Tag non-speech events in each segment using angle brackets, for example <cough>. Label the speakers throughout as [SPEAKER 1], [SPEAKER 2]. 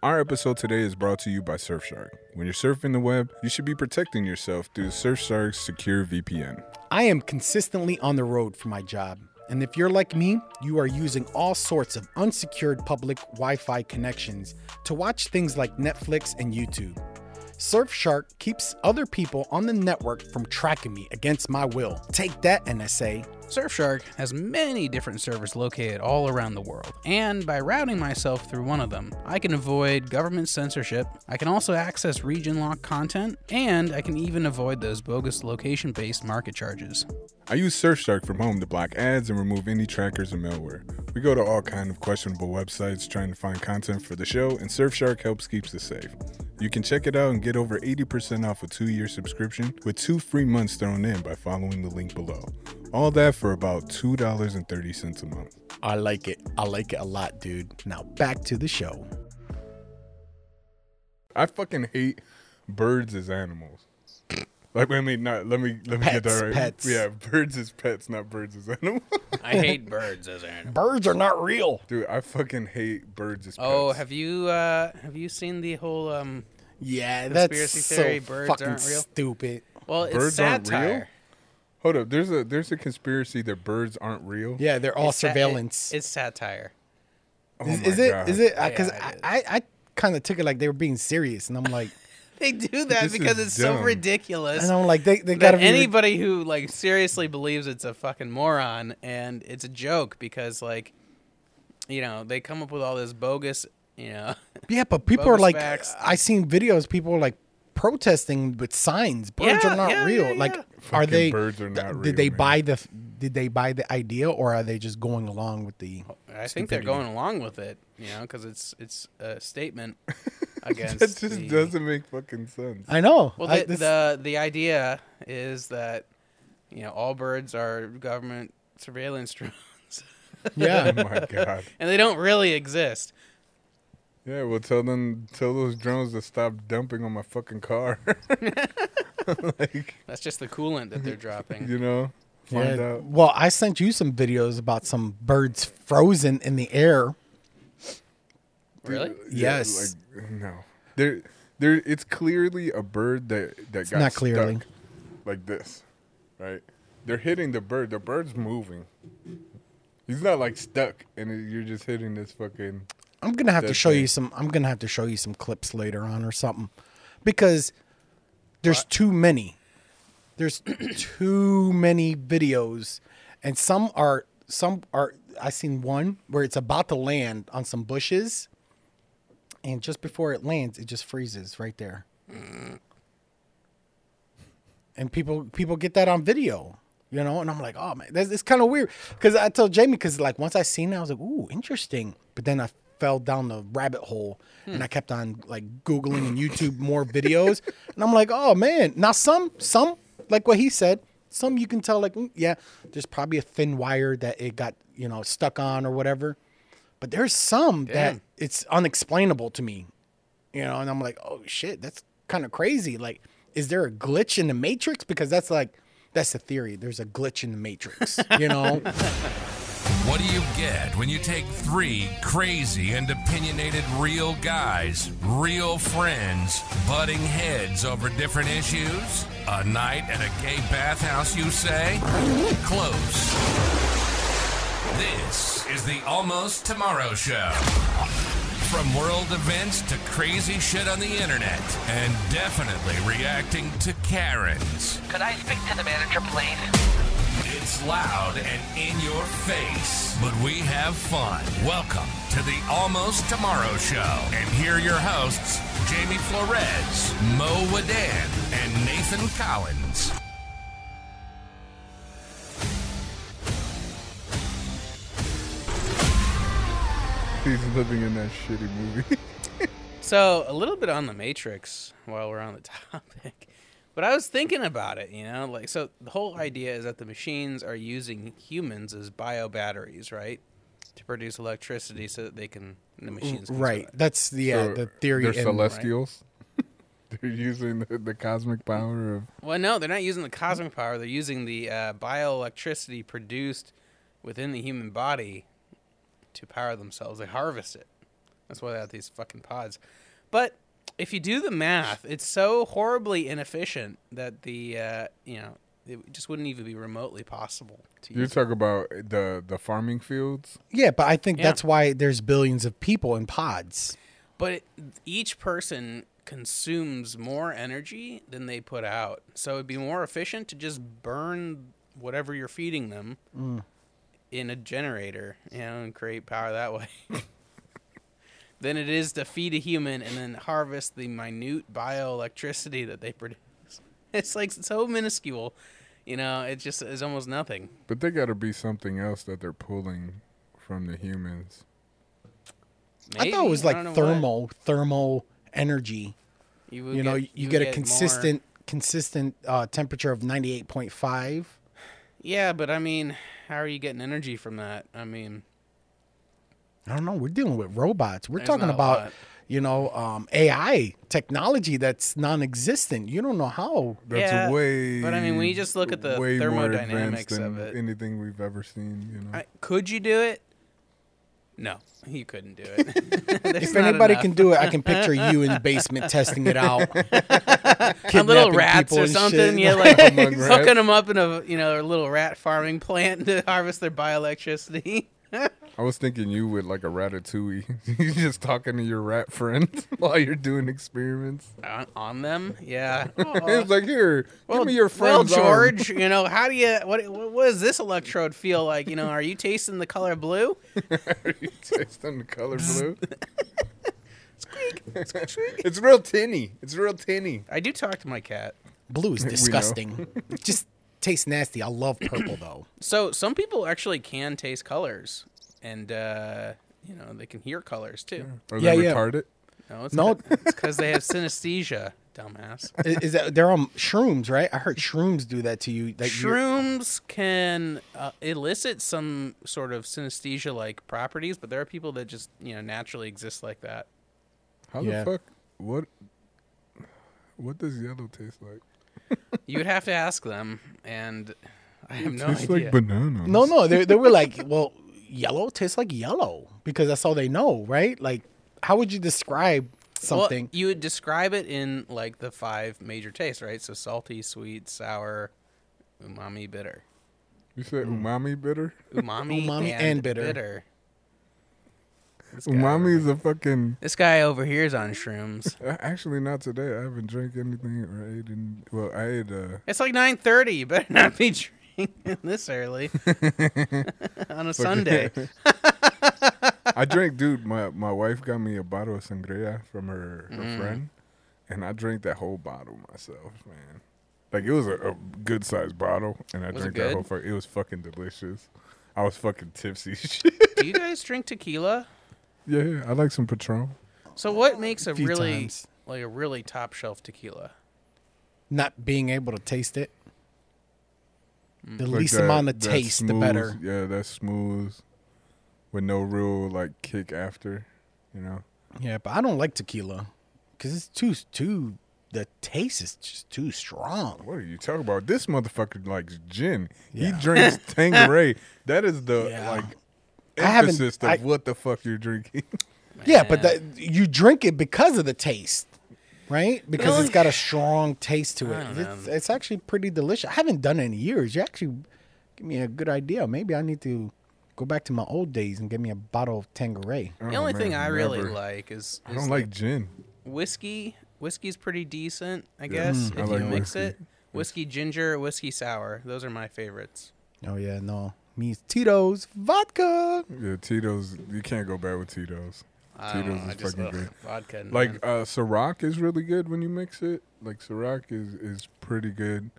[SPEAKER 1] Our episode today is brought to you by Surfshark. When you're surfing the web, you should be protecting yourself through Surfshark's secure VPN.
[SPEAKER 2] I am consistently on the road for my job. And if you're like me, you are using all sorts of unsecured public Wi Fi connections to watch things like Netflix and YouTube. Surfshark keeps other people on the network from tracking me against my will. Take that, NSA.
[SPEAKER 3] Surfshark has many different servers located all around the world, and by routing myself through one of them, I can avoid government censorship, I can also access region locked content, and I can even avoid those bogus location based market charges.
[SPEAKER 1] I use Surfshark from home to block ads and remove any trackers and malware. We go to all kind of questionable websites trying to find content for the show, and Surfshark helps keeps us safe. You can check it out and get over 80% off a two-year subscription with two free months thrown in by following the link below. All that for about $2.30 a month.
[SPEAKER 2] I like it. I like it a lot, dude. Now back to the show.
[SPEAKER 1] I fucking hate birds as animals. Like let me not let me let me get
[SPEAKER 2] Pets,
[SPEAKER 1] that right.
[SPEAKER 2] pets.
[SPEAKER 1] Yeah, birds as pets, not birds as <laughs> animals.
[SPEAKER 3] <laughs> I hate birds as animals.
[SPEAKER 2] Birds are not real.
[SPEAKER 1] Dude, I fucking hate birds as pets.
[SPEAKER 3] Oh, have you uh, have you seen the whole um?
[SPEAKER 2] Yeah, that's
[SPEAKER 3] Conspiracy
[SPEAKER 2] so
[SPEAKER 3] theory, birds
[SPEAKER 2] fucking
[SPEAKER 3] aren't real.
[SPEAKER 2] stupid.
[SPEAKER 3] Well, it's
[SPEAKER 1] Birds aren't
[SPEAKER 3] satire.
[SPEAKER 1] real? Hold up, there's a there's a conspiracy that birds aren't real.
[SPEAKER 2] Yeah, they're all
[SPEAKER 3] It's sa-
[SPEAKER 2] surveillance.
[SPEAKER 3] it- it's satire.
[SPEAKER 1] Oh
[SPEAKER 2] Is,
[SPEAKER 1] my
[SPEAKER 2] is it?
[SPEAKER 1] God.
[SPEAKER 2] Is it? Because
[SPEAKER 3] Yeah, it
[SPEAKER 2] I, I, I kind of took it like they were being serious, and I'm
[SPEAKER 3] <laughs>
[SPEAKER 2] like,
[SPEAKER 3] They do that
[SPEAKER 1] This
[SPEAKER 3] because
[SPEAKER 1] is
[SPEAKER 3] it's so
[SPEAKER 1] dumb.
[SPEAKER 3] ridiculous.
[SPEAKER 2] and I'm like, they, <laughs> they
[SPEAKER 3] that
[SPEAKER 2] gotta be.
[SPEAKER 3] anybody who like seriously believes it's a fucking moron and it's a joke because like you know they come up with all this bogus you know <laughs>
[SPEAKER 2] yeah, but people are
[SPEAKER 3] bogus
[SPEAKER 2] like,
[SPEAKER 3] facts.
[SPEAKER 2] I seen videos. People are like protesting with signs. Birds
[SPEAKER 3] Yeah,
[SPEAKER 2] are not
[SPEAKER 3] yeah,
[SPEAKER 2] real.
[SPEAKER 3] yeah,
[SPEAKER 2] Like,
[SPEAKER 3] yeah.
[SPEAKER 2] are
[SPEAKER 1] Fucking
[SPEAKER 2] they?
[SPEAKER 1] birds are not
[SPEAKER 2] Did
[SPEAKER 1] real,
[SPEAKER 2] they
[SPEAKER 1] man.
[SPEAKER 2] buy the? Did they buy the idea, or are they just going along with the?
[SPEAKER 3] I think they're
[SPEAKER 2] Stupidity.
[SPEAKER 3] going along with it you know because it's it's a statement against
[SPEAKER 1] <laughs> That just
[SPEAKER 3] the-
[SPEAKER 1] doesn't make fucking sense.
[SPEAKER 2] I know.
[SPEAKER 3] well
[SPEAKER 2] I,
[SPEAKER 3] the,
[SPEAKER 2] this-
[SPEAKER 3] the the idea is that you know all birds are government surveillance <laughs> drones
[SPEAKER 1] oh
[SPEAKER 2] <laughs> yeah.
[SPEAKER 1] my <laughs> god.
[SPEAKER 3] and they don't really exist
[SPEAKER 1] Yeah, well tell them tell those drones to stop dumping on my fucking
[SPEAKER 3] <laughs>
[SPEAKER 1] car. <laughs> like
[SPEAKER 3] that's just the coolant that they're dropping
[SPEAKER 1] you know, find
[SPEAKER 2] yeah.
[SPEAKER 1] out.
[SPEAKER 2] Well, I sent you some videos about some birds frozen in the air.
[SPEAKER 3] really
[SPEAKER 1] Yeah,
[SPEAKER 2] Yes.
[SPEAKER 1] like, no. There there it's clearly a bird that that got
[SPEAKER 2] not clearly.
[SPEAKER 1] stuck like this. Right? They're hitting the bird. The bird's moving. He's not like stuck and you're just hitting this fucking
[SPEAKER 2] I'm gonna have to
[SPEAKER 1] That's
[SPEAKER 2] show you
[SPEAKER 1] it.
[SPEAKER 2] some. I'm gonna have to show you some clips later on or something, because there's too many. There's <clears throat> too many videos, and some are some are. I seen one where it's about to land on some bushes, and just before it lands, it just freezes right there. And people people get that on video, you know. And I'm like, oh man, that's it's kind of weird because I told Jamie because like once I seen it, I was like, ooh, interesting. But then I fell down the rabbit hole and I kept on like googling and YouTube more videos, and I'm like, oh man. Now some some like what he said, some you can tell like mm, yeah, there's probably a thin wire that it got you know stuck on or whatever. But there's some that
[SPEAKER 3] Damn.
[SPEAKER 2] it's unexplainable to me you know and i'm like oh shit that's kind of crazy like is there a glitch in the matrix because that's like that's the theory there's a glitch in the matrix you
[SPEAKER 3] <laughs>
[SPEAKER 2] know
[SPEAKER 4] What do you get when you take three crazy and opinionated real guys, real friends, butting heads over different issues? A night at a gay bathhouse, you say? Close. This is the Almost Tomorrow Show. From world events to crazy shit on the internet, and definitely reacting to Karens.
[SPEAKER 5] Could I speak to the manager, please?
[SPEAKER 4] It's loud and in your face, but we have fun. Welcome to the Almost Tomorrow Show. And here are your hosts, Jamie Flores, Mo Wadan, and Nathan Collins.
[SPEAKER 1] He's living in that shitty movie.
[SPEAKER 3] So a little bit on the Matrix while we're on the <laughs> topic, but I was thinking about it. You know, like so the whole idea is that the machines are using humans as bio batteries, right, to produce electricity so that they can the machines can
[SPEAKER 2] right
[SPEAKER 3] survive.
[SPEAKER 2] that's the <laughs> yeah
[SPEAKER 1] So
[SPEAKER 2] the theory
[SPEAKER 1] They're
[SPEAKER 2] in-
[SPEAKER 1] celestials. <laughs> they're using the, the cosmic power of
[SPEAKER 3] Well, no, they're not using the cosmic power. They're using the uh, bioelectricity produced within the human body to power themselves. They harvest it. That's why they have these fucking pods. But if you do the math, it's so horribly inefficient that the uh, you know it just wouldn't even be remotely possible to
[SPEAKER 1] You
[SPEAKER 3] use.
[SPEAKER 1] talk about the the farming fields.
[SPEAKER 2] Yeah, but I think
[SPEAKER 3] Yeah.
[SPEAKER 2] that's why there's billions of people in pods.
[SPEAKER 3] But it, each person consumes more energy than they put out, so it'd be more efficient to just burn whatever you're feeding them
[SPEAKER 2] Mm.
[SPEAKER 3] in a generator, you know, and create power that way. <laughs> than it is to feed a human and then harvest the minute bioelectricity that they produce. <laughs> It's like so minuscule, you know. It just is almost nothing.
[SPEAKER 1] But there got to be something else that they're pulling from the humans.
[SPEAKER 2] I thought
[SPEAKER 3] Maybe,
[SPEAKER 2] it was
[SPEAKER 3] I don't know
[SPEAKER 2] like
[SPEAKER 3] what.
[SPEAKER 2] thermal thermal energy.
[SPEAKER 3] would
[SPEAKER 2] You know, you,
[SPEAKER 3] get-
[SPEAKER 2] you
[SPEAKER 3] would
[SPEAKER 2] get a
[SPEAKER 3] more-
[SPEAKER 2] consistent consistent uh, temperature of 98.5.
[SPEAKER 3] Yeah, but I mean, how are you getting energy from that? I mean,
[SPEAKER 2] I don't know. We're dealing with robots. We're
[SPEAKER 3] There's
[SPEAKER 2] talking
[SPEAKER 3] not a
[SPEAKER 2] about
[SPEAKER 3] lot.
[SPEAKER 2] you know um, AI technology that's non-existent. You don't know how.
[SPEAKER 1] That's
[SPEAKER 3] Yeah,
[SPEAKER 1] way.
[SPEAKER 3] but I mean, when you just look at the
[SPEAKER 1] way more advanced
[SPEAKER 3] thermodynamics
[SPEAKER 1] than
[SPEAKER 3] of it.
[SPEAKER 1] anything we've ever seen. You know,
[SPEAKER 3] I, could you do it? No, you couldn't do it. <laughs>
[SPEAKER 2] If anybody can do it, I can picture you in the basement testing it out.
[SPEAKER 3] <laughs> a little
[SPEAKER 2] kidnapping
[SPEAKER 3] rats
[SPEAKER 2] people
[SPEAKER 3] or
[SPEAKER 2] and shit. Oh <laughs>
[SPEAKER 3] something, yeah, like
[SPEAKER 1] Come
[SPEAKER 3] <laughs>
[SPEAKER 1] on,
[SPEAKER 3] hooking
[SPEAKER 1] rats.
[SPEAKER 3] them up in a you know a little rat farming plant to <laughs> harvest their bioelectricity. <laughs>
[SPEAKER 1] I was thinking you with like a ratatouille. <laughs> you just talking to your rat friend <laughs> while you're doing experiments.
[SPEAKER 3] on, on them, yeah.
[SPEAKER 1] It was like, here, give me your
[SPEAKER 3] Uh, well,
[SPEAKER 1] friend's arm." <laughs>
[SPEAKER 3] George, you know how do you what, what what does this electrode feel like? You know, are you tasting the color blue?
[SPEAKER 1] You taste on the color
[SPEAKER 3] <laughs>
[SPEAKER 1] blue. it's real tinny. It's real tinny.
[SPEAKER 3] I do talk to my cat.
[SPEAKER 2] Blue is
[SPEAKER 1] know.
[SPEAKER 2] disgusting. It Just tastes nasty. I love purple though.
[SPEAKER 3] So some people actually can taste colors, and uh, you know they can hear colors too.
[SPEAKER 1] Are
[SPEAKER 2] Yeah,
[SPEAKER 1] they
[SPEAKER 2] yeah.
[SPEAKER 1] retarded?
[SPEAKER 3] No, it's
[SPEAKER 2] No.
[SPEAKER 3] not. It's because they have synesthesia, <laughs> dumbass.
[SPEAKER 2] Is, is that they're on shrooms, right? I heard shrooms do that to you. That you're-
[SPEAKER 3] Shrooms can uh, elicit some sort of synesthesia-like properties, but there are people that just you know naturally exist like that.
[SPEAKER 1] How
[SPEAKER 2] Yeah.
[SPEAKER 1] the fuck? What? What does yellow taste like?
[SPEAKER 3] You would have to ask them, and I have no
[SPEAKER 1] tastes
[SPEAKER 3] idea.
[SPEAKER 1] like banana.
[SPEAKER 2] No, no, they, they were like, well, yellow tastes like yellow because that's all they know, right? Like, how would you describe
[SPEAKER 3] Well,
[SPEAKER 2] something?
[SPEAKER 3] you would describe it in like the five major tastes, right? So salty, sweet, sour, umami, bitter.
[SPEAKER 1] You said
[SPEAKER 3] Mm.
[SPEAKER 1] umami bitter.
[SPEAKER 3] Umami,
[SPEAKER 2] Umami
[SPEAKER 3] and,
[SPEAKER 2] and bitter.
[SPEAKER 3] bitter. This guy
[SPEAKER 1] Umami is a fucking.
[SPEAKER 3] This guy over here is on shrooms.
[SPEAKER 1] uh, Actually, not today. I haven't drank anything or ate. In, well, I ate. Uh,
[SPEAKER 3] It's like nine thirty. You better not be <laughs> drinking this early <laughs> on a Sunday.
[SPEAKER 1] I drank, dude. My my wife got me a bottle of sangria from her, her
[SPEAKER 2] Mm.
[SPEAKER 1] friend, and I drank that whole bottle myself, man. Like it was a, a good sized bottle, and I
[SPEAKER 3] Was
[SPEAKER 1] drank
[SPEAKER 3] it
[SPEAKER 1] that whole.
[SPEAKER 3] good?
[SPEAKER 1] Fuck, it was fucking delicious. I was fucking tipsy. <laughs>
[SPEAKER 3] Do you guys drink tequila?
[SPEAKER 1] yeah, yeah, I like some Patron.
[SPEAKER 3] So what makes a
[SPEAKER 2] Few
[SPEAKER 3] really
[SPEAKER 2] times.
[SPEAKER 3] like a really top shelf tequila?
[SPEAKER 2] Not being able to taste it. The
[SPEAKER 1] Like
[SPEAKER 2] least
[SPEAKER 1] that-
[SPEAKER 2] amount of
[SPEAKER 1] that
[SPEAKER 2] taste, the
[SPEAKER 1] smooth-
[SPEAKER 2] better.
[SPEAKER 1] Yeah, that's smooth, with no real like kick after, you know.
[SPEAKER 2] Yeah, but I don't like tequila because it's too, too, the taste is just too strong.
[SPEAKER 1] What are you talking about? This motherfucker likes gin.
[SPEAKER 2] Yeah.
[SPEAKER 1] He drinks
[SPEAKER 3] <laughs>
[SPEAKER 1] Tangeray. That is the
[SPEAKER 2] Yeah.
[SPEAKER 1] like
[SPEAKER 2] I haven't-
[SPEAKER 1] emphasis of
[SPEAKER 2] I-
[SPEAKER 1] what the fuck you're drinking. <laughs>
[SPEAKER 2] Yeah, but
[SPEAKER 3] Man.
[SPEAKER 2] that you drink it because of the taste, right? Because it's got a strong taste to
[SPEAKER 3] I
[SPEAKER 2] it.
[SPEAKER 3] don't know.
[SPEAKER 2] It's, it's actually pretty delicious. I haven't done it in years. You actually give me a good idea. Maybe I need to go back to my old days and get me a bottle of Tangeray.
[SPEAKER 3] the only
[SPEAKER 1] man,
[SPEAKER 3] thing I really
[SPEAKER 1] never.
[SPEAKER 3] like is,
[SPEAKER 1] I
[SPEAKER 3] is
[SPEAKER 1] don't like gin.
[SPEAKER 3] whiskey. Whiskey's pretty decent, I guess,
[SPEAKER 1] Mm, I
[SPEAKER 3] if
[SPEAKER 1] like
[SPEAKER 3] you mix
[SPEAKER 1] whiskey.
[SPEAKER 3] it. Whiskey ginger, whiskey sour. Those are my favorites.
[SPEAKER 2] Oh yeah, no. Means Tito's vodka.
[SPEAKER 1] Yeah, Tito's. You can't go bad with Tito's.
[SPEAKER 3] I don't
[SPEAKER 1] Tito's
[SPEAKER 3] know,
[SPEAKER 1] is
[SPEAKER 3] Oh, I just
[SPEAKER 1] fucking
[SPEAKER 3] Mm-hmm. love
[SPEAKER 1] great.
[SPEAKER 3] Vodka. and
[SPEAKER 1] Like
[SPEAKER 3] gin.
[SPEAKER 1] uh, Ciroc is really good when you mix it. Like Ciroc is is pretty good.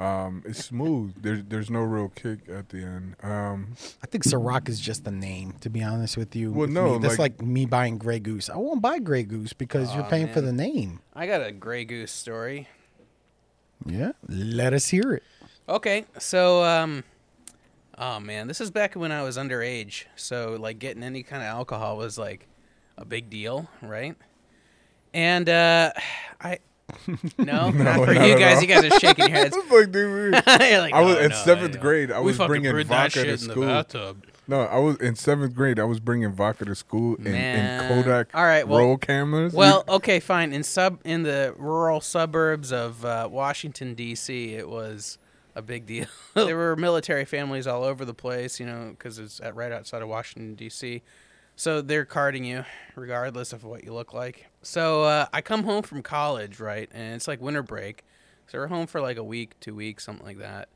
[SPEAKER 1] Um, it's smooth. There's there's no real kick at the end.
[SPEAKER 2] <laughs>
[SPEAKER 1] Um,
[SPEAKER 2] I think Ciroc is just a name, to be honest with you.
[SPEAKER 1] Well,
[SPEAKER 2] With
[SPEAKER 1] no,
[SPEAKER 2] me, that's
[SPEAKER 1] like-
[SPEAKER 2] like, me buying Grey Goose. I won't buy Grey Goose because you're paying for the name.
[SPEAKER 3] I got a Grey Goose story.
[SPEAKER 2] Yeah, let us hear it.
[SPEAKER 3] Okay, so um, oh man, this is back when I was underage, so like getting any kind of alcohol was like a big deal, right? And uh, <sighs>
[SPEAKER 1] <laughs>
[SPEAKER 3] I no, not for
[SPEAKER 1] not
[SPEAKER 3] you
[SPEAKER 1] at
[SPEAKER 3] guys.
[SPEAKER 1] all.
[SPEAKER 3] You guys are
[SPEAKER 1] <laughs>
[SPEAKER 3] shaking your heads. <laughs>
[SPEAKER 1] like, dude, we-
[SPEAKER 3] You're like,
[SPEAKER 1] I was
[SPEAKER 3] "No,
[SPEAKER 1] in
[SPEAKER 3] no,
[SPEAKER 1] seventh
[SPEAKER 3] no."
[SPEAKER 1] grade. I
[SPEAKER 3] We
[SPEAKER 1] was
[SPEAKER 3] fucking
[SPEAKER 1] bringing
[SPEAKER 3] brewed
[SPEAKER 1] vodka
[SPEAKER 3] that shit
[SPEAKER 1] to
[SPEAKER 3] in the
[SPEAKER 1] school.
[SPEAKER 3] bathtub.
[SPEAKER 1] No, I was in seventh grade. I was bringing vodka to school and, and
[SPEAKER 3] Man.
[SPEAKER 1] Kodak
[SPEAKER 3] All right, well-
[SPEAKER 1] roll cameras.
[SPEAKER 3] Well, okay, fine. In sub in the rural suburbs of uh, Washington D.C., it was a big deal. <laughs> there were military families all over the place, you know, because it's at, right outside of Washington D.C. So they're carding you, regardless of what you look like. So uh, I come home from college, right, and it's like winter break, so we're home for like a week, two weeks, something like that.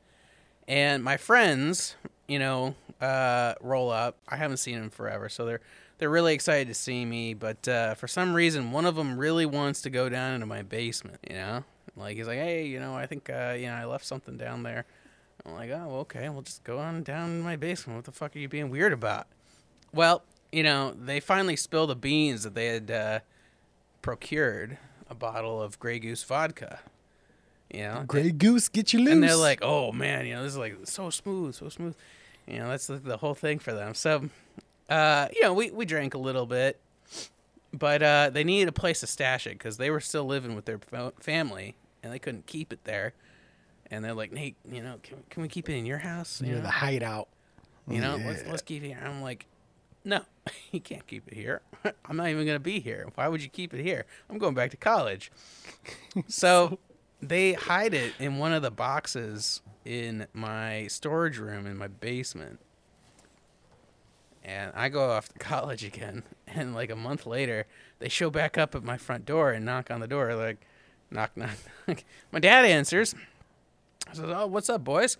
[SPEAKER 3] And my friends, you know, uh, roll up. I haven't seen them forever, so they're they're really excited to see me. But uh, for some reason, one of them really wants to go down into my basement. You know, like he's like, hey, you know, I think uh, you know I left something down there. I'm like, oh, okay, well, just go on down in my basement. What the fuck are you being weird about? Well, you know, they finally spilled the beans that they had uh, procured a bottle of Grey Goose vodka. You know,
[SPEAKER 2] Grey Goose, get you loose.
[SPEAKER 3] and they're like, "Oh man, you know this is like so smooth, so smooth." You know that's the, the whole thing for them. So, uh, you know, we we drank a little bit, but uh, they needed a place to stash it because they were still living with their fa- family and they couldn't keep it there. And they're like, "Nate, you know, can, can we keep it in your house? You
[SPEAKER 2] You're
[SPEAKER 3] know,
[SPEAKER 2] the hideout.
[SPEAKER 3] you know, let's let's keep it here. I'm like, no, <laughs> you can't keep it here. <laughs> I'm not even gonna be here. Why would you keep it here? I'm going back to college. so they hide it in one of the boxes in my storage room in my basement. And I go off to <laughs> college again. And like a month later, they show back up at my front door and knock on the door, like, knock, <laughs> knock, knock. My dad answers. I says, "Oh, what's up, boys?"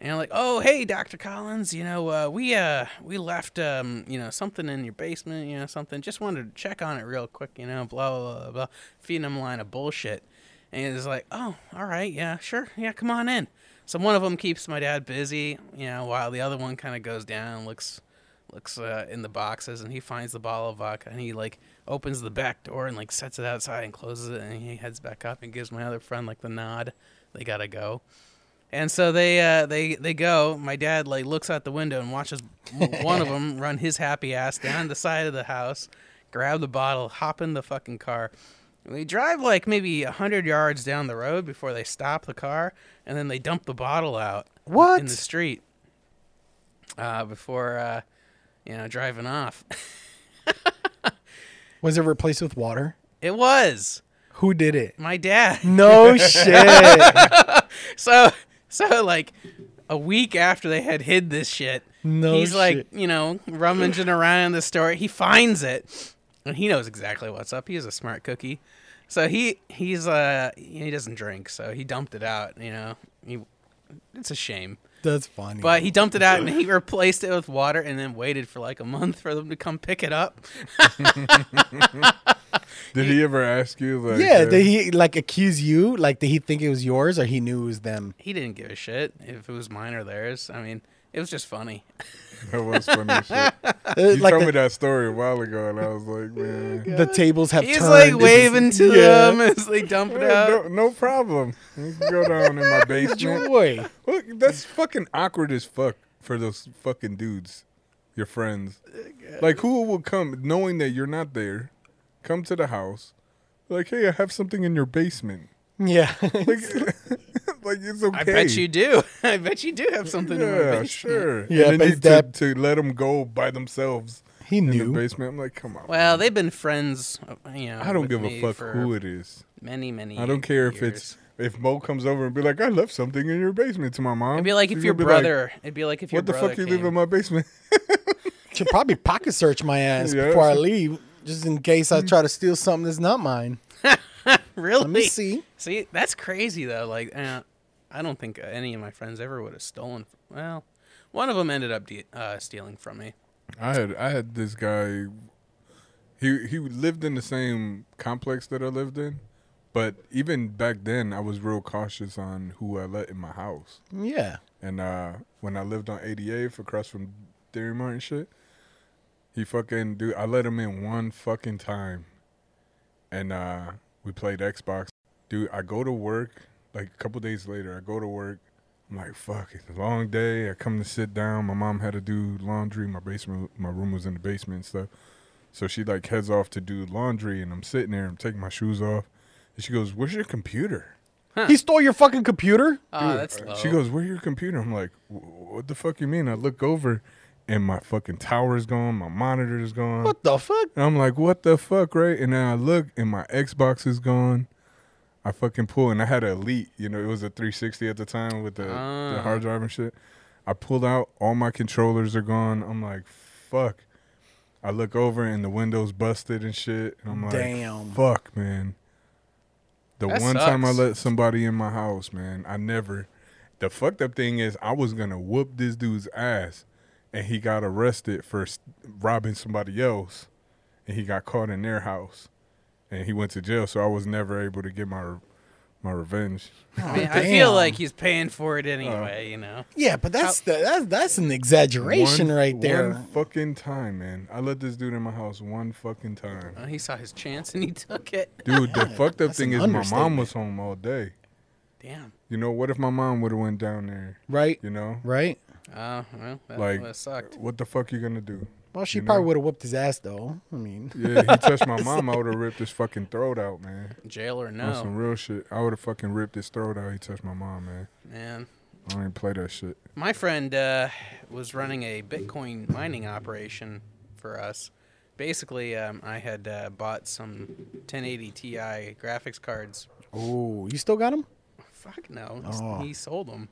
[SPEAKER 3] And I'm like, "Oh, hey, Doctor Collins. You know, uh, we uh, we left um, you know something in your basement. You know, something. Just wanted to check on it real quick. You know, blah blah blah. blah. Feeding him a line of bullshit." And he's like, "Oh, all right, yeah, sure, yeah, come on in." So one of them keeps my dad busy, you know, while the other one kind of goes down, looks looks uh, in the boxes, and he finds the bottle of vodka, and he like opens the back door and like sets it outside and closes it, and he heads back up and gives my other friend like the nod. They gotta go. And so they uh, they they go. My dad like looks out the window and watches one of them run his happy ass down the side of the house, grab the bottle, hop in the fucking car. They drive like maybe a hundred yards down the road before they stop the car, and then they dump the bottle out
[SPEAKER 2] What?
[SPEAKER 3] in the street uh, before uh, you know driving off. <laughs>
[SPEAKER 2] Was it replaced with water?
[SPEAKER 3] it was
[SPEAKER 2] Who did it?
[SPEAKER 3] my dad.
[SPEAKER 2] No shit.
[SPEAKER 3] so <laughs> so like a week after they had hid this shit
[SPEAKER 2] No
[SPEAKER 3] he's like
[SPEAKER 2] shit.
[SPEAKER 3] you know rummaging around in the store he finds it and he knows exactly what's up he is a smart cookie so he he's uh he doesn't drink so he dumped it out you know he, it's a shame
[SPEAKER 2] <laughs> That's funny.
[SPEAKER 3] but he dumped it out and he <laughs> replaced it with water and then waited for like a month for them to come pick it up
[SPEAKER 1] did he ever ask you? Like,
[SPEAKER 2] yeah,
[SPEAKER 1] uh,
[SPEAKER 2] did he like accuse you? Like, did he think it was yours, or he knew it was them?
[SPEAKER 3] he didn't give a shit if it was mine or theirs i mean it was just funny
[SPEAKER 1] that was funny.
[SPEAKER 2] <laughs>
[SPEAKER 1] as shit.
[SPEAKER 2] Uh,
[SPEAKER 1] You
[SPEAKER 2] like
[SPEAKER 1] told
[SPEAKER 2] the,
[SPEAKER 1] me that story a while ago, and I was
[SPEAKER 2] <laughs>
[SPEAKER 1] like, man,
[SPEAKER 2] the tables have
[SPEAKER 3] he's
[SPEAKER 2] turned.
[SPEAKER 3] like
[SPEAKER 2] This is- <laughs>
[SPEAKER 3] waving to
[SPEAKER 2] Yeah.
[SPEAKER 3] them as they dump it out
[SPEAKER 1] no, no problem. You can go
[SPEAKER 2] <laughs>
[SPEAKER 1] down in my basement.
[SPEAKER 2] Boy,
[SPEAKER 1] Look, that's fucking awkward as fuck for those fucking dudes, your friends. Like, who will come knowing that you're not there, come to the house, like, hey, I have something in your
[SPEAKER 2] <laughs>
[SPEAKER 1] basement.
[SPEAKER 2] yeah.
[SPEAKER 1] Like, <laughs> like it's okay.
[SPEAKER 3] I bet you do. <laughs> I bet you do have something in my
[SPEAKER 1] Yeah,
[SPEAKER 3] basement.
[SPEAKER 1] sure.
[SPEAKER 2] Yeah,
[SPEAKER 1] and
[SPEAKER 2] but
[SPEAKER 1] then you
[SPEAKER 2] that-
[SPEAKER 1] to, to let them go by themselves
[SPEAKER 2] he
[SPEAKER 1] in the
[SPEAKER 2] knew.
[SPEAKER 1] basement. I'm like, come on.
[SPEAKER 3] Well, they've been friends. uh, You know,
[SPEAKER 1] I don't
[SPEAKER 3] with
[SPEAKER 1] give
[SPEAKER 3] me
[SPEAKER 1] a fuck
[SPEAKER 3] for
[SPEAKER 1] who it is.
[SPEAKER 3] Many, many.
[SPEAKER 1] I don't care if it's if Mo comes over and be like, I left something in your basement to my mom.
[SPEAKER 3] It'd be like if
[SPEAKER 1] she's
[SPEAKER 3] your
[SPEAKER 1] gonna be like,
[SPEAKER 3] brother. it'd be like if your
[SPEAKER 1] what the
[SPEAKER 3] brother.
[SPEAKER 1] fuck you
[SPEAKER 3] came.
[SPEAKER 1] leave in my basement? <laughs>
[SPEAKER 2] Should probably pocket search my ass
[SPEAKER 1] Yeah.
[SPEAKER 2] before I leave, just in case I try to steal something that's not mine.
[SPEAKER 3] Really?
[SPEAKER 2] Let me see.
[SPEAKER 3] See, that's crazy though. Like, uh, I don't think any of my friends ever would have stolen. Well, one of them ended up de- uh, stealing from me.
[SPEAKER 1] I had I had this guy. He he lived in the same complex that I lived in, but even back then I was real cautious on who I let in my house.
[SPEAKER 2] Yeah.
[SPEAKER 1] And uh, when I lived on 88th across from Dairy Mart and shit, he fucking dude, I let him in one fucking time, and uh, we played Xbox. Dude, I go to work like a couple days later. I go to work. I'm like, fuck, it's a long day. I come to sit down. My mom had to do laundry. My basement, my room was in the basement and stuff. So she like heads off to do laundry, and I'm sitting there. I'm taking my shoes off, and she goes, "Where's your computer?"
[SPEAKER 2] He stole your fucking computer.
[SPEAKER 3] Oh, that's low.
[SPEAKER 1] She goes, "Where's your computer?" I'm like, "Wh- "What the fuck you mean?" I look over, and my fucking tower is gone, my monitor is gone.
[SPEAKER 2] What the fuck?
[SPEAKER 1] And I'm like, what the fuck, right? And then I look and my Xbox is gone. I fucking pull and I had an elite, you know, it was a 360 at the time with the,
[SPEAKER 3] Ah.
[SPEAKER 1] the hard drive and shit. I pulled out, all my controllers are gone. I'm like, fuck. I look over and the window's busted and shit. And I'm like,
[SPEAKER 2] Damn.
[SPEAKER 1] fuck, man. The
[SPEAKER 3] That
[SPEAKER 1] one time I
[SPEAKER 3] sucks.
[SPEAKER 1] let somebody in my house, man, I never. The fucked up thing is, I was gonna whoop this dude's ass, and he got arrested for s- robbing somebody else, and he got caught in their house, and he went to jail. So I was never able to get my re- my revenge.
[SPEAKER 3] I
[SPEAKER 1] "Oh,
[SPEAKER 3] mean, I feel
[SPEAKER 2] damn.
[SPEAKER 3] like he's paying for
[SPEAKER 1] Uh-huh.
[SPEAKER 3] it anyway, you know.
[SPEAKER 2] Yeah, but that's the, that's that's an exaggeration
[SPEAKER 1] One-
[SPEAKER 2] right there.
[SPEAKER 1] One fucking time, man. I let this dude in my house one fucking time.
[SPEAKER 3] Well, Uh, he saw his chance and he <laughs> took it.
[SPEAKER 1] Dude, the fucked up
[SPEAKER 2] <laughs> That's
[SPEAKER 1] thing
[SPEAKER 2] an
[SPEAKER 1] is, my mom
[SPEAKER 2] understatement.
[SPEAKER 1] was home all day.
[SPEAKER 3] Damn.
[SPEAKER 1] You know, what if my mom would have went down there?
[SPEAKER 2] right?
[SPEAKER 1] You know,
[SPEAKER 2] Right.
[SPEAKER 3] Oh, well, that
[SPEAKER 1] like,
[SPEAKER 3] would've sucked.
[SPEAKER 1] what the fuck you gonna do?
[SPEAKER 2] Well, she
[SPEAKER 1] You know?
[SPEAKER 2] probably would have whooped his ass though. I mean,
[SPEAKER 1] Yeah, he touched
[SPEAKER 3] <laughs>
[SPEAKER 1] my mom. I would have ripped his fucking throat out, man.
[SPEAKER 3] Jail or
[SPEAKER 1] On some
[SPEAKER 3] no,
[SPEAKER 1] real shit. I would have fucking ripped his throat out. He touched my mom, man.
[SPEAKER 3] man.
[SPEAKER 1] I don't even play that shit.
[SPEAKER 3] My friend uh, was running a Bitcoin mining operation for us. Basically, um, I had uh, bought some 1080 Ti graphics cards
[SPEAKER 2] oh, you still got him?
[SPEAKER 3] Fuck no. He's- He sold them.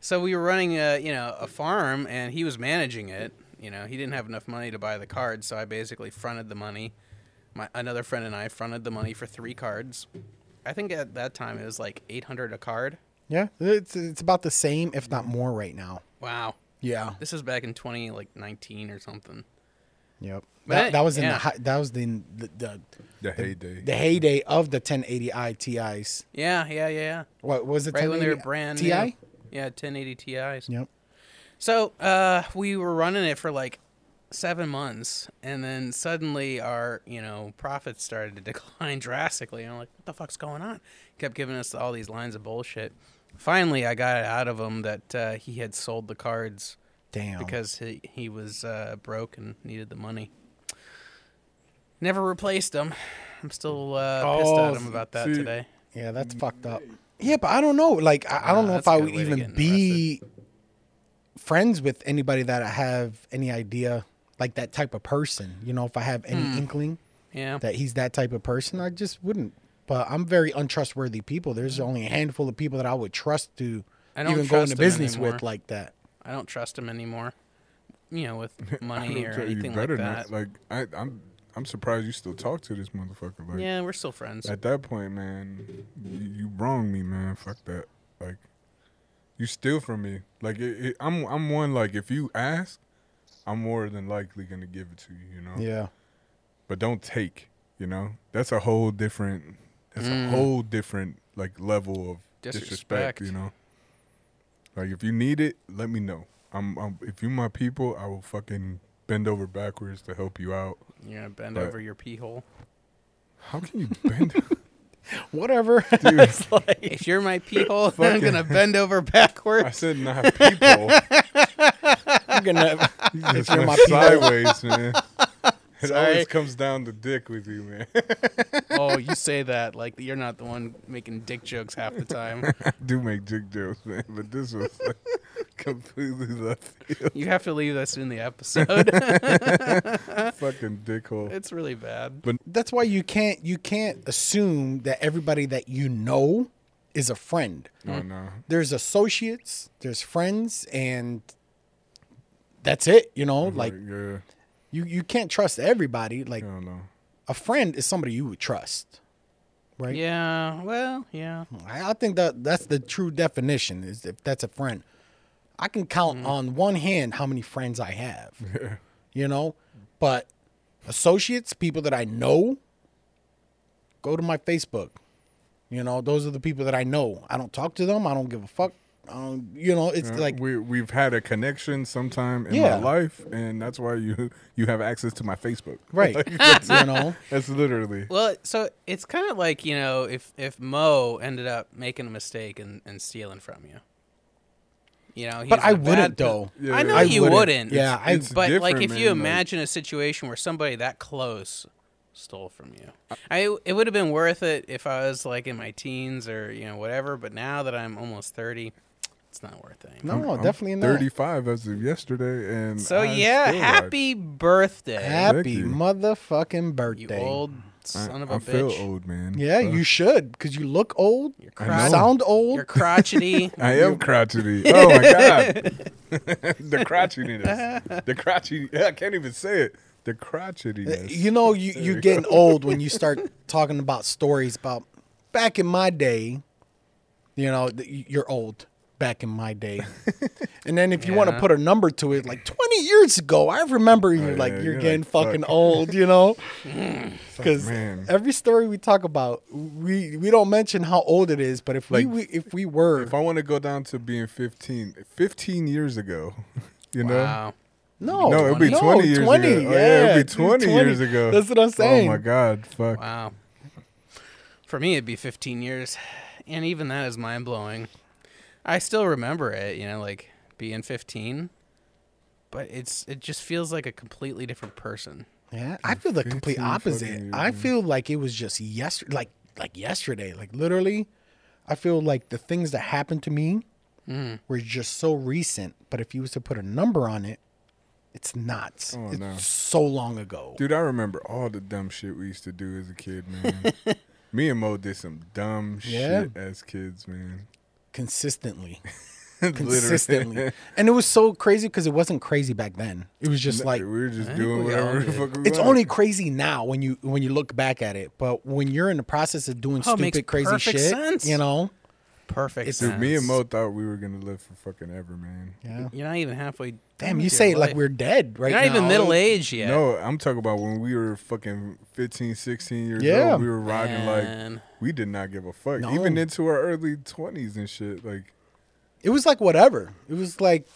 [SPEAKER 3] So we were running a, you know, a farm and he was managing it. You know, he didn't have enough money to buy the cards, so I basically fronted the money. My another friend and I fronted the money for three cards. I think at that time it was like 800 a card.
[SPEAKER 2] Yeah, it's it's about the same, if not more, right now.
[SPEAKER 3] Wow.
[SPEAKER 2] Yeah.
[SPEAKER 3] This was back in 20 like 19 or something.
[SPEAKER 2] Yep.
[SPEAKER 3] But
[SPEAKER 2] That,
[SPEAKER 3] it-
[SPEAKER 2] that was in
[SPEAKER 3] yeah.
[SPEAKER 2] the hi- that was in the the,
[SPEAKER 1] The heyday.
[SPEAKER 2] the heyday of the 1080i Ti's.
[SPEAKER 3] Yeah, yeah, yeah. yeah.
[SPEAKER 2] What was it?
[SPEAKER 3] Right when they were
[SPEAKER 2] 1080i
[SPEAKER 3] brand
[SPEAKER 2] Ti.
[SPEAKER 3] new. Yeah, 1080 Ti's.
[SPEAKER 2] Yep.
[SPEAKER 3] So uh, we were running it for like seven months, and then suddenly our you know profits started to <laughs> decline drastically. And I'm like, what the fuck's going on? Kept giving us all these lines of bullshit. Finally, I got it out of him that uh, he had sold the cards
[SPEAKER 2] Damn.
[SPEAKER 3] because he he was uh, broke and needed the money. Never replaced them. I'm still uh, pissed
[SPEAKER 2] Oh,
[SPEAKER 3] at him about that
[SPEAKER 1] see-
[SPEAKER 3] today.
[SPEAKER 2] yeah, that's fucked up. Yeah, but I don't know. Like, I, I don't
[SPEAKER 3] Mm. Nah,
[SPEAKER 2] know if
[SPEAKER 3] that's a
[SPEAKER 2] I
[SPEAKER 3] good
[SPEAKER 2] would
[SPEAKER 3] way to
[SPEAKER 2] even
[SPEAKER 3] get
[SPEAKER 2] be friends with anybody that I have any idea like that type of person. You know, if I have any
[SPEAKER 3] Hmm.
[SPEAKER 2] inkling
[SPEAKER 3] Yeah.
[SPEAKER 2] that he's that type of person, I just wouldn't. But I'm very untrustworthy people. There's only a handful of people that I would trust to
[SPEAKER 3] Hmm. I don't
[SPEAKER 2] even go
[SPEAKER 3] trust
[SPEAKER 2] into
[SPEAKER 3] 'em
[SPEAKER 2] business
[SPEAKER 3] anymore.
[SPEAKER 2] with like that.
[SPEAKER 3] I don't trust him anymore. You know, <laughs> with money or
[SPEAKER 1] So you
[SPEAKER 3] anything like
[SPEAKER 1] better not-
[SPEAKER 3] that.
[SPEAKER 1] Like I, I'm, I'm surprised you still talk to this motherfucker. Like
[SPEAKER 3] yeah, we're still friends.
[SPEAKER 1] at that point, man, you, you wronged me, man. Fuck that. Like you steal from me. Like it, it, I'm, I'm one. Like if you ask, I'm more than likely gonna give it to you. You know.
[SPEAKER 2] Yeah.
[SPEAKER 1] but don't take. You know, that's a whole different. That's
[SPEAKER 2] Mm.
[SPEAKER 1] a whole different like level of disrespect.
[SPEAKER 3] Disrespect.
[SPEAKER 1] You know, like if you need it, let me know. I'm, I'm if you my people, I will fucking bend over backwards to help you out.
[SPEAKER 3] You're gonna bend
[SPEAKER 1] But-
[SPEAKER 3] over your pee <laughs> hole.
[SPEAKER 1] How can you
[SPEAKER 2] <laughs>
[SPEAKER 1] bend?
[SPEAKER 2] Whatever. <laughs>
[SPEAKER 1] Dude,
[SPEAKER 3] if you're my pee <laughs> hole, then I'm
[SPEAKER 1] Fucking-
[SPEAKER 3] gonna bend over
[SPEAKER 1] I
[SPEAKER 3] <laughs> backwards.
[SPEAKER 1] said not
[SPEAKER 2] <laughs>
[SPEAKER 1] people.
[SPEAKER 2] I'm gonna.
[SPEAKER 1] You just
[SPEAKER 2] you're
[SPEAKER 1] went
[SPEAKER 2] my people.
[SPEAKER 1] sideways, man.
[SPEAKER 2] <laughs>
[SPEAKER 1] It
[SPEAKER 3] Sorry.
[SPEAKER 1] always comes down to dick with you, man. <laughs>
[SPEAKER 3] oh, you say that like you're not the one making dick jokes half the <laughs> time.
[SPEAKER 1] I do make dick jokes, man, but this was like <laughs> completely left <laughs> field.
[SPEAKER 3] You have to leave this in the episode. <laughs>
[SPEAKER 1] Fucking dickhole.
[SPEAKER 3] it's really bad.
[SPEAKER 2] That's why you can't. You can't assume that everybody that you know is a friend.
[SPEAKER 1] Oh no.
[SPEAKER 2] There's associates. There's friends, and that's it. You know, like
[SPEAKER 1] yeah,
[SPEAKER 2] you you can't trust everybody. Like
[SPEAKER 1] I don't know.
[SPEAKER 2] a friend is somebody you would trust. Right.
[SPEAKER 3] Yeah. Well. Yeah.
[SPEAKER 2] I, I think that that's the true definition. Is if that's a friend, I can count on one hand how many friends I have. You know, but associates, people that I know, go to my Facebook. You know, those are the people that I know. I don't talk to them. I don't give a fuck. I don't, you know, it's like
[SPEAKER 1] we we've had a connection sometime in
[SPEAKER 2] Yeah.
[SPEAKER 1] my life, and that's why you you have access to my Facebook.
[SPEAKER 2] right. you know,
[SPEAKER 1] <laughs> That's literally
[SPEAKER 3] Well, so it's kind of like you know if if Mo ended up making a mistake and, and stealing from you. You know, he's
[SPEAKER 2] but I
[SPEAKER 3] in a bad
[SPEAKER 2] wouldn't
[SPEAKER 3] po-
[SPEAKER 2] though.
[SPEAKER 1] Yeah.
[SPEAKER 3] I know
[SPEAKER 1] I
[SPEAKER 3] you
[SPEAKER 2] wouldn't.
[SPEAKER 3] wouldn't.
[SPEAKER 2] Yeah, I-
[SPEAKER 1] It's
[SPEAKER 3] but like
[SPEAKER 1] different,
[SPEAKER 3] if
[SPEAKER 1] man,
[SPEAKER 3] you
[SPEAKER 1] like-
[SPEAKER 3] imagine a situation where somebody that close stole from you, I it would have been worth it if I was like in my teens or you know whatever. But now that I'm almost thirty, it's It's not worth it.
[SPEAKER 2] No,
[SPEAKER 1] I'm
[SPEAKER 2] definitely not.
[SPEAKER 1] 35 as of yesterday, and
[SPEAKER 3] So
[SPEAKER 1] I
[SPEAKER 3] yeah,
[SPEAKER 1] still
[SPEAKER 3] happy birthday,
[SPEAKER 2] Happy
[SPEAKER 1] you.
[SPEAKER 2] motherfucking
[SPEAKER 3] you
[SPEAKER 2] birthday.
[SPEAKER 3] old
[SPEAKER 1] I,
[SPEAKER 3] son of a
[SPEAKER 1] I
[SPEAKER 3] bitch.
[SPEAKER 1] feel old, man.
[SPEAKER 2] Yeah,
[SPEAKER 1] Fuck.
[SPEAKER 2] you should because you look old.
[SPEAKER 3] You're
[SPEAKER 1] I
[SPEAKER 3] crotch-
[SPEAKER 1] know.
[SPEAKER 2] Sound old.
[SPEAKER 3] You're
[SPEAKER 2] <laughs>
[SPEAKER 3] crotchety. <laughs>
[SPEAKER 1] I am crotchety. Oh my god, <laughs> the crotchetiness, the crotchety. I can't even say it. The crotchetiness.
[SPEAKER 2] Uh, You know, you,
[SPEAKER 1] <laughs>
[SPEAKER 2] you're getting old when you start talking about stories about back in my day. You know, th- y- you're old back in my
[SPEAKER 1] <laughs>
[SPEAKER 2] day. And then if you want to
[SPEAKER 3] Yeah.
[SPEAKER 2] put a number to it, like 20 years ago, I remember you.
[SPEAKER 1] Oh, yeah,
[SPEAKER 2] like,
[SPEAKER 1] you're
[SPEAKER 2] you're
[SPEAKER 1] like,
[SPEAKER 2] getting
[SPEAKER 1] fuck.
[SPEAKER 2] fucking old,
[SPEAKER 1] <laughs>
[SPEAKER 2] you know? <laughs> Because
[SPEAKER 1] man.
[SPEAKER 2] every story we talk about, we, we don't mention how old it is, but if,
[SPEAKER 1] Like,
[SPEAKER 2] we, we, if we were,
[SPEAKER 1] If I want to go down to being 15, 15 years ago, <laughs> you know,
[SPEAKER 3] wow.
[SPEAKER 2] no,
[SPEAKER 1] no, it'd be
[SPEAKER 2] Oh, no,
[SPEAKER 1] 20 years
[SPEAKER 2] 20,
[SPEAKER 1] ago. Oh,
[SPEAKER 2] yeah,
[SPEAKER 1] it'd be 20, years ago.
[SPEAKER 2] That's what I'm saying.
[SPEAKER 1] Oh my god, fuck.
[SPEAKER 3] Wow. For me, it'd be 15 years. And even that is mind blowing. I still remember it, you know, like being 15. But it's it just feels like a completely different person.
[SPEAKER 2] Yeah, I feel the
[SPEAKER 1] 15
[SPEAKER 2] complete
[SPEAKER 1] fucking
[SPEAKER 2] opposite.
[SPEAKER 1] years,
[SPEAKER 2] I feel like it was just yesterday, like like yesterday, like literally. I feel like the things that happened to me were just so recent. But if you was to put a number on it, it's not.
[SPEAKER 1] Oh,
[SPEAKER 2] it's
[SPEAKER 1] no.
[SPEAKER 2] so long ago.
[SPEAKER 1] Dude, I remember all the dumb shit we used to do as a kid,
[SPEAKER 2] <laughs>
[SPEAKER 1] man. Me and Mo did some dumb
[SPEAKER 2] Yeah.
[SPEAKER 1] shit as kids, man.
[SPEAKER 2] Consistently,
[SPEAKER 1] <laughs> Literally.
[SPEAKER 2] consistently, and it was so crazy because it wasn't crazy back then. It was just like
[SPEAKER 1] we were just
[SPEAKER 3] think
[SPEAKER 1] doing
[SPEAKER 3] we all
[SPEAKER 1] whatever the
[SPEAKER 3] did.
[SPEAKER 1] fuck we
[SPEAKER 2] it's
[SPEAKER 1] wanted.
[SPEAKER 2] only crazy now when you when you look back at it. But when you're in the process of doing
[SPEAKER 3] Oh, it makes
[SPEAKER 2] stupid, crazy
[SPEAKER 3] perfect
[SPEAKER 2] shit,
[SPEAKER 3] sense.
[SPEAKER 2] you know,
[SPEAKER 3] Perfect.
[SPEAKER 2] It's-
[SPEAKER 1] Dude, me and
[SPEAKER 3] sense.
[SPEAKER 1] Mo thought we were gonna live for fucking ever, man.
[SPEAKER 2] yeah.
[SPEAKER 3] You're not even halfway. done
[SPEAKER 2] Damn,
[SPEAKER 3] with
[SPEAKER 2] you
[SPEAKER 3] your
[SPEAKER 2] say it like
[SPEAKER 3] life.
[SPEAKER 2] we're dead right
[SPEAKER 3] You're not
[SPEAKER 2] now.
[SPEAKER 3] even middle aged yet.
[SPEAKER 1] No, I'm talking about when we were fucking 15, 16 years
[SPEAKER 2] Yeah.
[SPEAKER 1] old. We were riding
[SPEAKER 3] Man.
[SPEAKER 1] like we did not give a fuck,
[SPEAKER 2] No.
[SPEAKER 1] even into our early 20s and shit.
[SPEAKER 3] <laughs>
[SPEAKER 1] Like,
[SPEAKER 2] It was like whatever. It was like,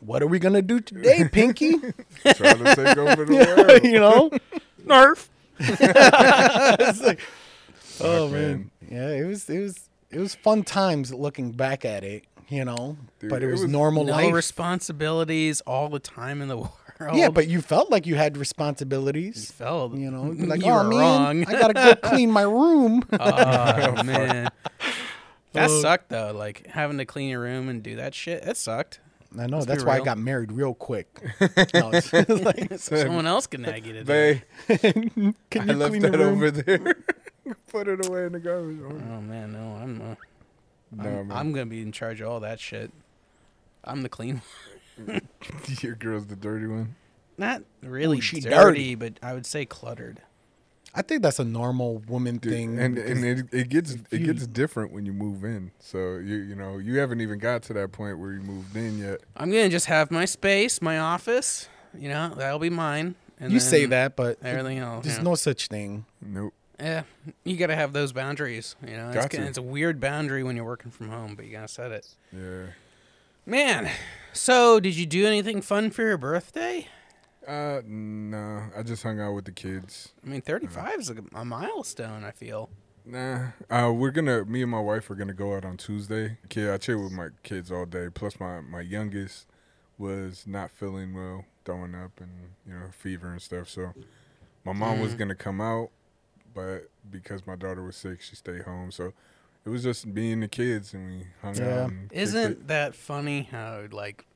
[SPEAKER 2] what are we gonna do
[SPEAKER 3] <laughs>
[SPEAKER 2] today, Pinky?
[SPEAKER 1] trying to take over
[SPEAKER 2] <laughs>
[SPEAKER 1] the world.
[SPEAKER 2] you know?
[SPEAKER 3] Nerf.
[SPEAKER 2] It's like, oh
[SPEAKER 1] man.
[SPEAKER 2] man. yeah. It was it was it was fun times looking back at it, you know.
[SPEAKER 1] Dude,
[SPEAKER 2] but it
[SPEAKER 1] it
[SPEAKER 2] was,
[SPEAKER 1] was
[SPEAKER 2] normal
[SPEAKER 3] No
[SPEAKER 2] life.
[SPEAKER 3] responsibilities all the time in the <laughs> world.
[SPEAKER 2] yeah, but you felt like you had responsibilities.
[SPEAKER 3] felt
[SPEAKER 2] You
[SPEAKER 3] <laughs>
[SPEAKER 2] know, You'd be like
[SPEAKER 3] you
[SPEAKER 2] oh
[SPEAKER 3] were
[SPEAKER 2] man,
[SPEAKER 3] wrong.
[SPEAKER 2] I gotta
[SPEAKER 3] <laughs>
[SPEAKER 2] go clean my room. <laughs>
[SPEAKER 3] Oh man, that sucked though. Like having to clean your room and do that shit, that sucked.
[SPEAKER 2] I know
[SPEAKER 3] be
[SPEAKER 2] that's why I
[SPEAKER 3] real.
[SPEAKER 2] got married real
[SPEAKER 1] <laughs>
[SPEAKER 2] quick. No, it's <laughs> like,
[SPEAKER 3] Someone else can nag you to do it.
[SPEAKER 1] Babe, <laughs>
[SPEAKER 2] can
[SPEAKER 1] I
[SPEAKER 2] you <laughs>
[SPEAKER 1] left
[SPEAKER 2] clean
[SPEAKER 1] that
[SPEAKER 2] your room?
[SPEAKER 1] over there. <laughs> Put it away in the garbage. Oh,
[SPEAKER 3] Oh man, no, I'm uh,
[SPEAKER 1] nah,
[SPEAKER 3] I'm,
[SPEAKER 1] man.
[SPEAKER 3] I'm gonna be in charge of all that shit. I'm the clean one. <laughs>
[SPEAKER 1] Your girl's the dirty one.
[SPEAKER 3] Not really
[SPEAKER 2] she dirty.
[SPEAKER 3] dirty, but I would say cluttered.
[SPEAKER 2] I think that's a normal woman
[SPEAKER 1] Dude,
[SPEAKER 2] thing.
[SPEAKER 1] and
[SPEAKER 2] because-
[SPEAKER 1] and it, it gets it
[SPEAKER 2] you-
[SPEAKER 1] gets different when you move in. So you you know you haven't even got to that point where you moved in yet.
[SPEAKER 3] I'm gonna just have my space, my office. You know, that'll be mine. And
[SPEAKER 2] you say
[SPEAKER 3] then
[SPEAKER 2] that, but
[SPEAKER 3] everything else.
[SPEAKER 2] there's
[SPEAKER 3] yeah.
[SPEAKER 2] no such thing.
[SPEAKER 1] Nope.
[SPEAKER 3] Yeah, you gotta have those boundaries. You know, it's,
[SPEAKER 1] Got
[SPEAKER 3] gonna-
[SPEAKER 1] to.
[SPEAKER 3] it's a weird boundary when you're working from home, but you gotta set it.
[SPEAKER 1] Yeah.
[SPEAKER 3] Man, so did you do anything fun for your birthday?
[SPEAKER 1] Uh no, I just hung out with the kids.
[SPEAKER 3] I mean, 35 is a, a milestone, I feel.
[SPEAKER 1] Nah, uh, we're gonna. Me and my wife are gonna go out on Tuesday. Kid, I chill with my kids all day. Plus, my my youngest was not feeling well, throwing up and you know fever and stuff. So, my mom
[SPEAKER 3] Mm.
[SPEAKER 1] was gonna come out, but because my daughter was sick, she stayed home. So, it was just me and the kids, and we hung
[SPEAKER 2] Yeah.
[SPEAKER 1] out. And kicked it.
[SPEAKER 3] Isn't that funny how, like,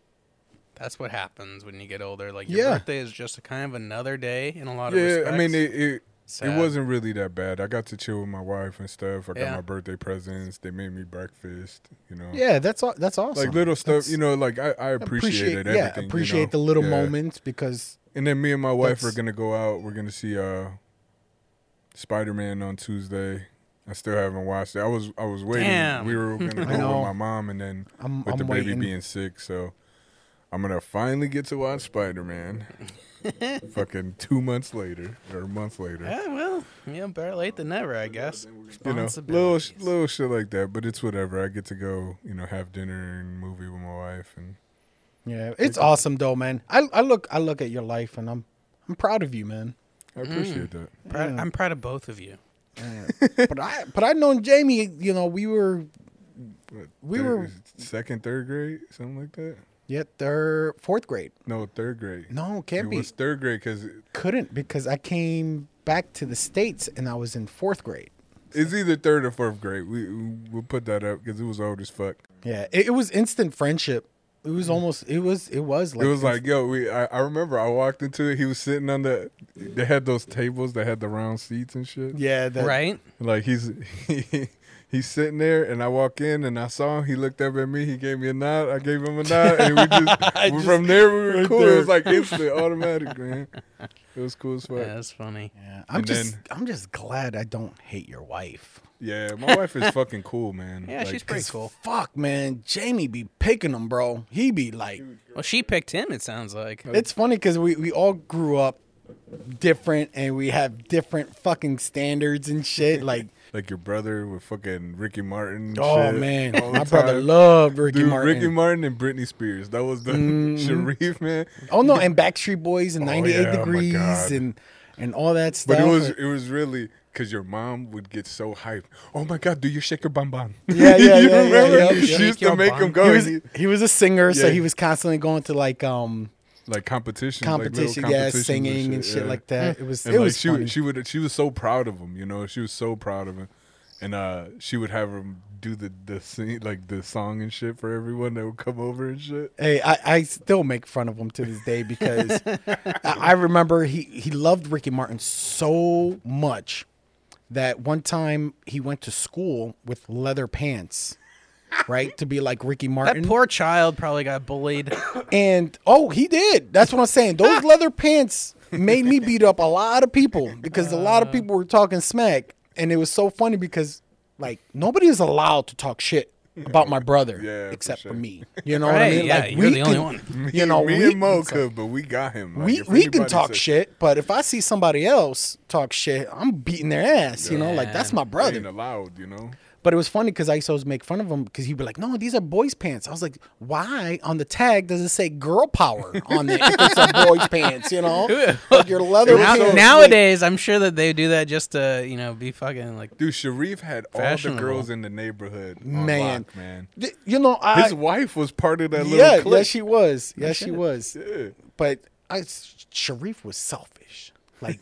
[SPEAKER 3] that's what happens when you get older? Like, your
[SPEAKER 2] Yeah.
[SPEAKER 3] birthday is just a kind of another day in a lot of
[SPEAKER 1] Yeah,
[SPEAKER 3] respects.
[SPEAKER 1] I mean it. it It
[SPEAKER 3] Sad.
[SPEAKER 1] wasn't really that bad. I got to chill with my wife and stuff. I got
[SPEAKER 3] Yeah.
[SPEAKER 1] my birthday presents. They made me breakfast. You know.
[SPEAKER 2] Yeah, that's aw- that's awesome.
[SPEAKER 1] like little stuff,
[SPEAKER 2] That's-
[SPEAKER 1] you know. Like I, I appreciated everything.
[SPEAKER 2] yeah,
[SPEAKER 1] you
[SPEAKER 2] appreciate
[SPEAKER 1] know?
[SPEAKER 2] the little
[SPEAKER 1] Yeah.
[SPEAKER 2] moments because
[SPEAKER 1] And then me and my wife
[SPEAKER 2] That's-
[SPEAKER 1] are gonna go out. We're gonna see uh, Spider Man on Tuesday. I still haven't watched it. I was I was waiting.
[SPEAKER 3] Damn.
[SPEAKER 1] We were gonna
[SPEAKER 2] <laughs> I
[SPEAKER 1] go
[SPEAKER 2] know.
[SPEAKER 1] with my mom, and then
[SPEAKER 2] I'm-
[SPEAKER 1] with the
[SPEAKER 2] I'm
[SPEAKER 1] baby
[SPEAKER 2] waiting.
[SPEAKER 1] being sick, so I'm gonna finally get to watch Spider Man. Fucking two months later or a month later.
[SPEAKER 3] yeah, well, yeah, better late than never, I guess.
[SPEAKER 1] You know, little sh- little shit like that, but it's whatever. I get to go, you know, have dinner and movie with my wife, and
[SPEAKER 2] yeah, it's awesome though, man. I, I look I look at your life and I'm I'm proud of
[SPEAKER 1] <laughs>
[SPEAKER 2] you, man.
[SPEAKER 1] I appreciate that.
[SPEAKER 3] Proud- I'm proud of both of you.
[SPEAKER 2] but I but I known Jamie, you know, we were we
[SPEAKER 1] Third-
[SPEAKER 2] were
[SPEAKER 1] second, third grade, something like that.
[SPEAKER 2] yeah, third fourth grade.
[SPEAKER 1] No, third grade.
[SPEAKER 2] No,
[SPEAKER 1] it
[SPEAKER 2] can't be.
[SPEAKER 1] was third grade because
[SPEAKER 2] Couldn't because I came back to the states and I was in fourth grade.
[SPEAKER 1] It's either third or fourth grade. We we'll put that up because it was old as fuck.
[SPEAKER 2] Yeah, it, it was instant friendship. It was almost. It was. It was like.
[SPEAKER 1] Mm. It was like, yo, we. I, I remember I walked into it. He was sitting on the. They had those tables that had the round seats and shit.
[SPEAKER 2] Yeah. That,
[SPEAKER 3] right?
[SPEAKER 1] Like he's <laughs> he, he's sitting there, and I walk in, and I saw him. He looked up at me. He gave me a nod. I gave him a nod, and
[SPEAKER 2] <laughs>
[SPEAKER 1] we just,
[SPEAKER 2] Just
[SPEAKER 1] from there we were
[SPEAKER 2] right
[SPEAKER 1] cool. It
[SPEAKER 2] there.
[SPEAKER 1] was like instant, automatic, man. It was
[SPEAKER 2] <laughs>
[SPEAKER 1] cool as fuck.
[SPEAKER 3] Yeah,
[SPEAKER 1] Yeah,
[SPEAKER 3] that's funny.
[SPEAKER 2] Yeah, I'm
[SPEAKER 1] And
[SPEAKER 2] just.
[SPEAKER 1] then-
[SPEAKER 2] I'm just glad I don't hate your wife.
[SPEAKER 1] my wife is fucking cool, man.
[SPEAKER 3] Yeah,
[SPEAKER 1] Like,
[SPEAKER 3] she's pretty cool.
[SPEAKER 2] Fuck, man. Jamie be picking them, bro. He be like.
[SPEAKER 3] Well, she picked him. It sounds like.
[SPEAKER 2] It's funny because we, we all grew up different and we have different fucking standards
[SPEAKER 1] <laughs>
[SPEAKER 2] and shit. Like,
[SPEAKER 1] like your brother with fucking Ricky Martin. and
[SPEAKER 2] oh
[SPEAKER 1] shit
[SPEAKER 2] man,
[SPEAKER 1] all the
[SPEAKER 2] my brother
[SPEAKER 1] time.
[SPEAKER 2] loved Ricky
[SPEAKER 1] Dude,
[SPEAKER 2] Martin. Mm-hmm.
[SPEAKER 1] Ricky Martin and Britney Spears. That was the <laughs> Sharif man.
[SPEAKER 2] oh no, and Backstreet Boys and 98
[SPEAKER 1] yeah, oh my
[SPEAKER 2] Degrees
[SPEAKER 1] God.
[SPEAKER 2] and and all that stuff.
[SPEAKER 1] But it was it was really because your mom would get so hyped. Oh my God, do you shake your bum bum? <laughs>
[SPEAKER 2] Yeah, yeah,
[SPEAKER 1] you
[SPEAKER 2] yeah, yeah,
[SPEAKER 1] remember?
[SPEAKER 2] yeah.
[SPEAKER 1] She
[SPEAKER 3] Shake
[SPEAKER 1] used to
[SPEAKER 3] your
[SPEAKER 1] make him
[SPEAKER 3] bum.
[SPEAKER 1] go
[SPEAKER 2] he
[SPEAKER 1] and
[SPEAKER 2] was
[SPEAKER 1] he-
[SPEAKER 2] he was a singer, so
[SPEAKER 1] Yeah.
[SPEAKER 2] he was constantly going to like um
[SPEAKER 1] like competition,
[SPEAKER 2] competition,
[SPEAKER 1] like little
[SPEAKER 2] yeah,
[SPEAKER 1] competitions
[SPEAKER 2] singing and shit
[SPEAKER 1] yeah.
[SPEAKER 2] like that.
[SPEAKER 3] Mm.
[SPEAKER 2] It was
[SPEAKER 1] And
[SPEAKER 2] it
[SPEAKER 1] like
[SPEAKER 2] was
[SPEAKER 1] she
[SPEAKER 2] funny.
[SPEAKER 1] would, she would she was so proud of him, you know. She was so proud of him, and uh, she would have him do the the sing, like the song and shit for everyone that would come over and shit.
[SPEAKER 2] Hey, I, I still make fun of him to this day
[SPEAKER 3] <laughs>
[SPEAKER 2] because I, I remember he, he loved Ricky Martin so much that one time he went to school with leather pants, right? to be like Ricky
[SPEAKER 3] that
[SPEAKER 2] Martin.
[SPEAKER 3] poor child probably
[SPEAKER 1] <coughs>
[SPEAKER 3] got bullied.
[SPEAKER 2] and oh, he did. That's what I'm saying.
[SPEAKER 1] Ah.
[SPEAKER 2] Those leather pants made me beat up a lot
[SPEAKER 1] <laughs>
[SPEAKER 2] of people because a lot of people were talking smack. And it was so funny because like nobody is allowed to
[SPEAKER 1] <laughs>
[SPEAKER 2] talk shit. About my brother,
[SPEAKER 1] Yeah, for
[SPEAKER 2] except for,
[SPEAKER 1] sure.
[SPEAKER 2] me. You know what I
[SPEAKER 3] Right,
[SPEAKER 2] mean?
[SPEAKER 3] yeah,
[SPEAKER 2] like,
[SPEAKER 3] you're
[SPEAKER 2] we
[SPEAKER 3] the only
[SPEAKER 2] can-
[SPEAKER 3] one.
[SPEAKER 2] <laughs> You know,
[SPEAKER 1] me
[SPEAKER 2] we
[SPEAKER 1] and Mo could, but we got him. Like,
[SPEAKER 2] we
[SPEAKER 1] if
[SPEAKER 2] we can
[SPEAKER 1] anybody
[SPEAKER 2] talk
[SPEAKER 1] said-
[SPEAKER 2] shit, but if I see somebody else talk shit, I'm beating their ass. You know, like that's my
[SPEAKER 1] they ain't
[SPEAKER 2] brother.
[SPEAKER 1] allowed, you know.
[SPEAKER 2] But it was funny because I used to always make fun of him because he'd be like, "No, these are boys' pants." I was like, "Why on the tag does it say girl power on <laughs> it? if it's a boys' pants, you know, like your leather
[SPEAKER 3] Now-
[SPEAKER 2] pants."
[SPEAKER 3] nowadays, I'm sure that they do that just to you know be fucking like.
[SPEAKER 1] Dude, Sharif had all the
[SPEAKER 3] Fashionable.
[SPEAKER 1] girls in the neighborhood. On
[SPEAKER 2] Man.
[SPEAKER 1] Oh, lock, man.
[SPEAKER 2] Th- you know, I
[SPEAKER 1] His wife was part of that little
[SPEAKER 2] yeah, yeah,
[SPEAKER 1] clique.
[SPEAKER 2] she was, yeah, she was.
[SPEAKER 1] Yeah.
[SPEAKER 2] But I, Sharif was selfish. Like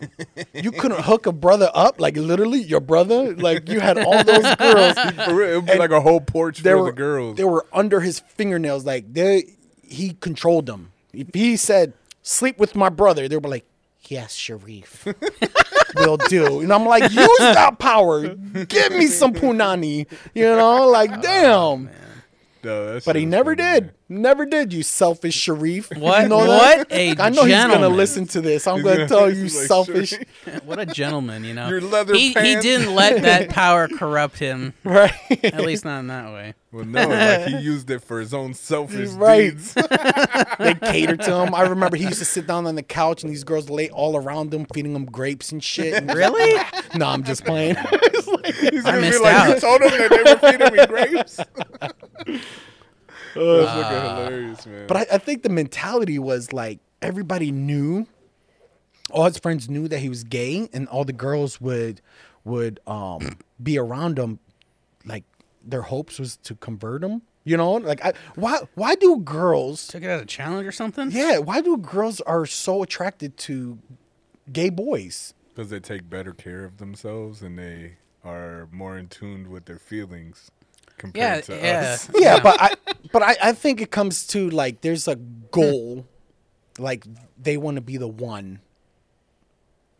[SPEAKER 2] you couldn't hook a brother up, like literally your brother. Like you had
[SPEAKER 1] <laughs>
[SPEAKER 2] all those girls.
[SPEAKER 1] <laughs> For real, it would be
[SPEAKER 2] And
[SPEAKER 1] like a whole porch
[SPEAKER 2] they
[SPEAKER 1] full
[SPEAKER 2] were
[SPEAKER 1] of girls.
[SPEAKER 2] They were under his fingernails. Like they, he controlled them. If he said, "Sleep with my brother," they were like, "Yes, Sharif, <laughs> will do." And I'm like, "Use that power. Give me some punani." You know, like damn.
[SPEAKER 1] No, that
[SPEAKER 2] but
[SPEAKER 1] shit
[SPEAKER 2] he
[SPEAKER 1] was
[SPEAKER 2] never
[SPEAKER 1] funny,
[SPEAKER 2] did.
[SPEAKER 1] man.
[SPEAKER 2] Never did. You selfish Sharif.
[SPEAKER 3] What?
[SPEAKER 2] You know
[SPEAKER 3] what?
[SPEAKER 2] that?
[SPEAKER 3] A
[SPEAKER 2] I know
[SPEAKER 3] gentleman.
[SPEAKER 2] he's gonna listen to this. I'm
[SPEAKER 1] He's
[SPEAKER 2] gonna,
[SPEAKER 1] gonna- <laughs>
[SPEAKER 2] tell
[SPEAKER 1] he's
[SPEAKER 2] you,
[SPEAKER 1] like,
[SPEAKER 2] selfish.
[SPEAKER 1] "Sharif."
[SPEAKER 3] <laughs> What a gentleman, you know.
[SPEAKER 1] Your leather
[SPEAKER 3] he, he
[SPEAKER 1] pants.
[SPEAKER 3] didn't
[SPEAKER 1] <laughs>
[SPEAKER 3] let that power corrupt him.
[SPEAKER 2] <laughs> Right.
[SPEAKER 3] At least not in
[SPEAKER 2] <laughs>
[SPEAKER 3] that way.
[SPEAKER 1] Well, no, like he used it for his own selfish
[SPEAKER 2] Right.
[SPEAKER 1] deeds.
[SPEAKER 2] they catered to him. I remember he used to sit down on the couch and these girls lay all around him, feeding him grapes and shit. And <laughs>
[SPEAKER 3] Really?
[SPEAKER 2] no, I'm just playing.
[SPEAKER 1] He's gonna be
[SPEAKER 3] missed
[SPEAKER 1] like, you
[SPEAKER 3] out.
[SPEAKER 1] told him that they were feeding me
[SPEAKER 2] <laughs>
[SPEAKER 1] grapes. <laughs> oh, that's fucking hilarious, man.
[SPEAKER 2] but I, I think the mentality was like everybody knew, all his friends knew that he was gay, and all the girls would would um be around him, like their hopes was to convert him. You know, like I, why why do girls?
[SPEAKER 3] Took it as a challenge or something.
[SPEAKER 2] Yeah, why do girls are so attracted to gay boys?
[SPEAKER 1] because they take better care of themselves and they are more in tune with their feelings
[SPEAKER 3] Yeah.
[SPEAKER 1] compared to
[SPEAKER 3] Yeah. <laughs>
[SPEAKER 1] us.
[SPEAKER 2] yeah, but I but I, I think it comes to like there's a goal, like they want to be the one.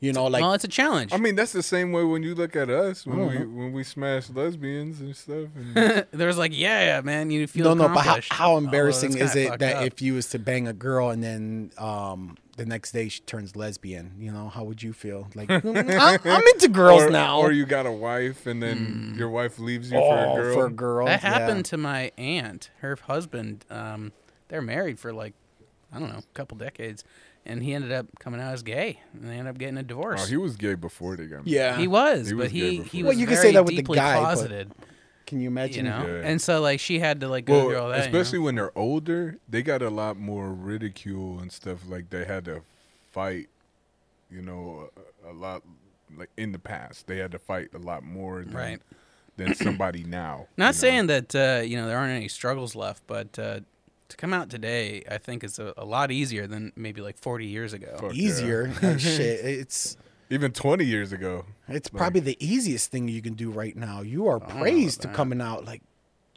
[SPEAKER 2] You know, like
[SPEAKER 3] well, it's a challenge.
[SPEAKER 1] I mean, that's the same way when you look at us when we
[SPEAKER 2] Mm-hmm.
[SPEAKER 1] when we smash lesbians and stuff. <laughs> And
[SPEAKER 3] There's like, yeah, yeah, man, you feel
[SPEAKER 2] no, no, but how,
[SPEAKER 3] accomplished.
[SPEAKER 2] how
[SPEAKER 3] Although
[SPEAKER 2] embarrassing
[SPEAKER 3] that's
[SPEAKER 2] is
[SPEAKER 3] kinda
[SPEAKER 2] it
[SPEAKER 3] fucked
[SPEAKER 2] that
[SPEAKER 3] up.
[SPEAKER 2] if you was to bang a girl and then um the next day she turns lesbian? You know, how would you feel?
[SPEAKER 3] <laughs>
[SPEAKER 2] Like "Mm, I'm, I'm into girls
[SPEAKER 1] or,
[SPEAKER 2] now.
[SPEAKER 1] or you got a wife and then your wife leaves you
[SPEAKER 2] oh,
[SPEAKER 1] for a girl.
[SPEAKER 2] for a girl
[SPEAKER 3] that
[SPEAKER 2] yeah.
[SPEAKER 3] happened to my aunt, her husband, um, they're married for like, I don't know, a couple decades, and he ended up coming out as gay, and they ended up getting a divorce.
[SPEAKER 1] Oh, he was gay before they got married.
[SPEAKER 2] Yeah,
[SPEAKER 3] He was,
[SPEAKER 1] He
[SPEAKER 3] but
[SPEAKER 1] was gay
[SPEAKER 3] he
[SPEAKER 1] before.
[SPEAKER 3] he
[SPEAKER 2] Well,
[SPEAKER 3] was
[SPEAKER 2] you
[SPEAKER 3] very
[SPEAKER 2] could say that with the
[SPEAKER 3] deeply
[SPEAKER 2] guy, but-
[SPEAKER 3] closeted,
[SPEAKER 2] Can you
[SPEAKER 3] you
[SPEAKER 2] imagine?
[SPEAKER 3] know.
[SPEAKER 1] Yeah.
[SPEAKER 3] And so like she had to like go through all
[SPEAKER 1] Well,
[SPEAKER 3] that,
[SPEAKER 1] especially
[SPEAKER 3] you know?
[SPEAKER 1] when they're older, they got a lot more ridicule and stuff. Like they had to fight, you know, a, a lot. Like in the past, they had to fight a lot more than
[SPEAKER 3] Right.
[SPEAKER 1] than somebody now.
[SPEAKER 3] Not
[SPEAKER 1] you know?
[SPEAKER 3] saying that uh, you know there aren't any struggles left, but uh, to come out today, I think is a, a lot easier than maybe like 40 years ago.
[SPEAKER 1] Fuck yeah.
[SPEAKER 2] Easier. Oh, shit, it's
[SPEAKER 1] Even 20 years ago.
[SPEAKER 2] It's probably the easiest thing you can do right now. You are praised to coming out like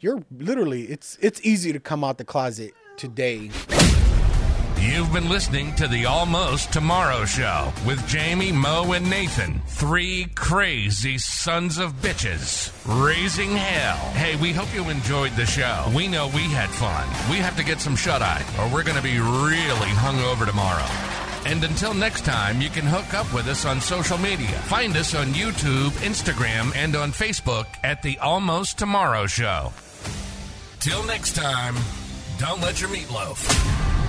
[SPEAKER 2] you're literally it's it's easy to come out the closet today.
[SPEAKER 4] You've been listening to the Almost Tomorrow Show with Jamie, Mo, and Nathan. Three crazy sons of bitches raising hell. Hey, we hope you enjoyed the show. We know we had fun. We have to get some shut eye, or we're going to be really hungover tomorrow. And until next time, you can hook up with us on social media. Find us on YouTube, Instagram, and on Facebook at The Almost Tomorrow Show. Till next time, don't let your meat loaf.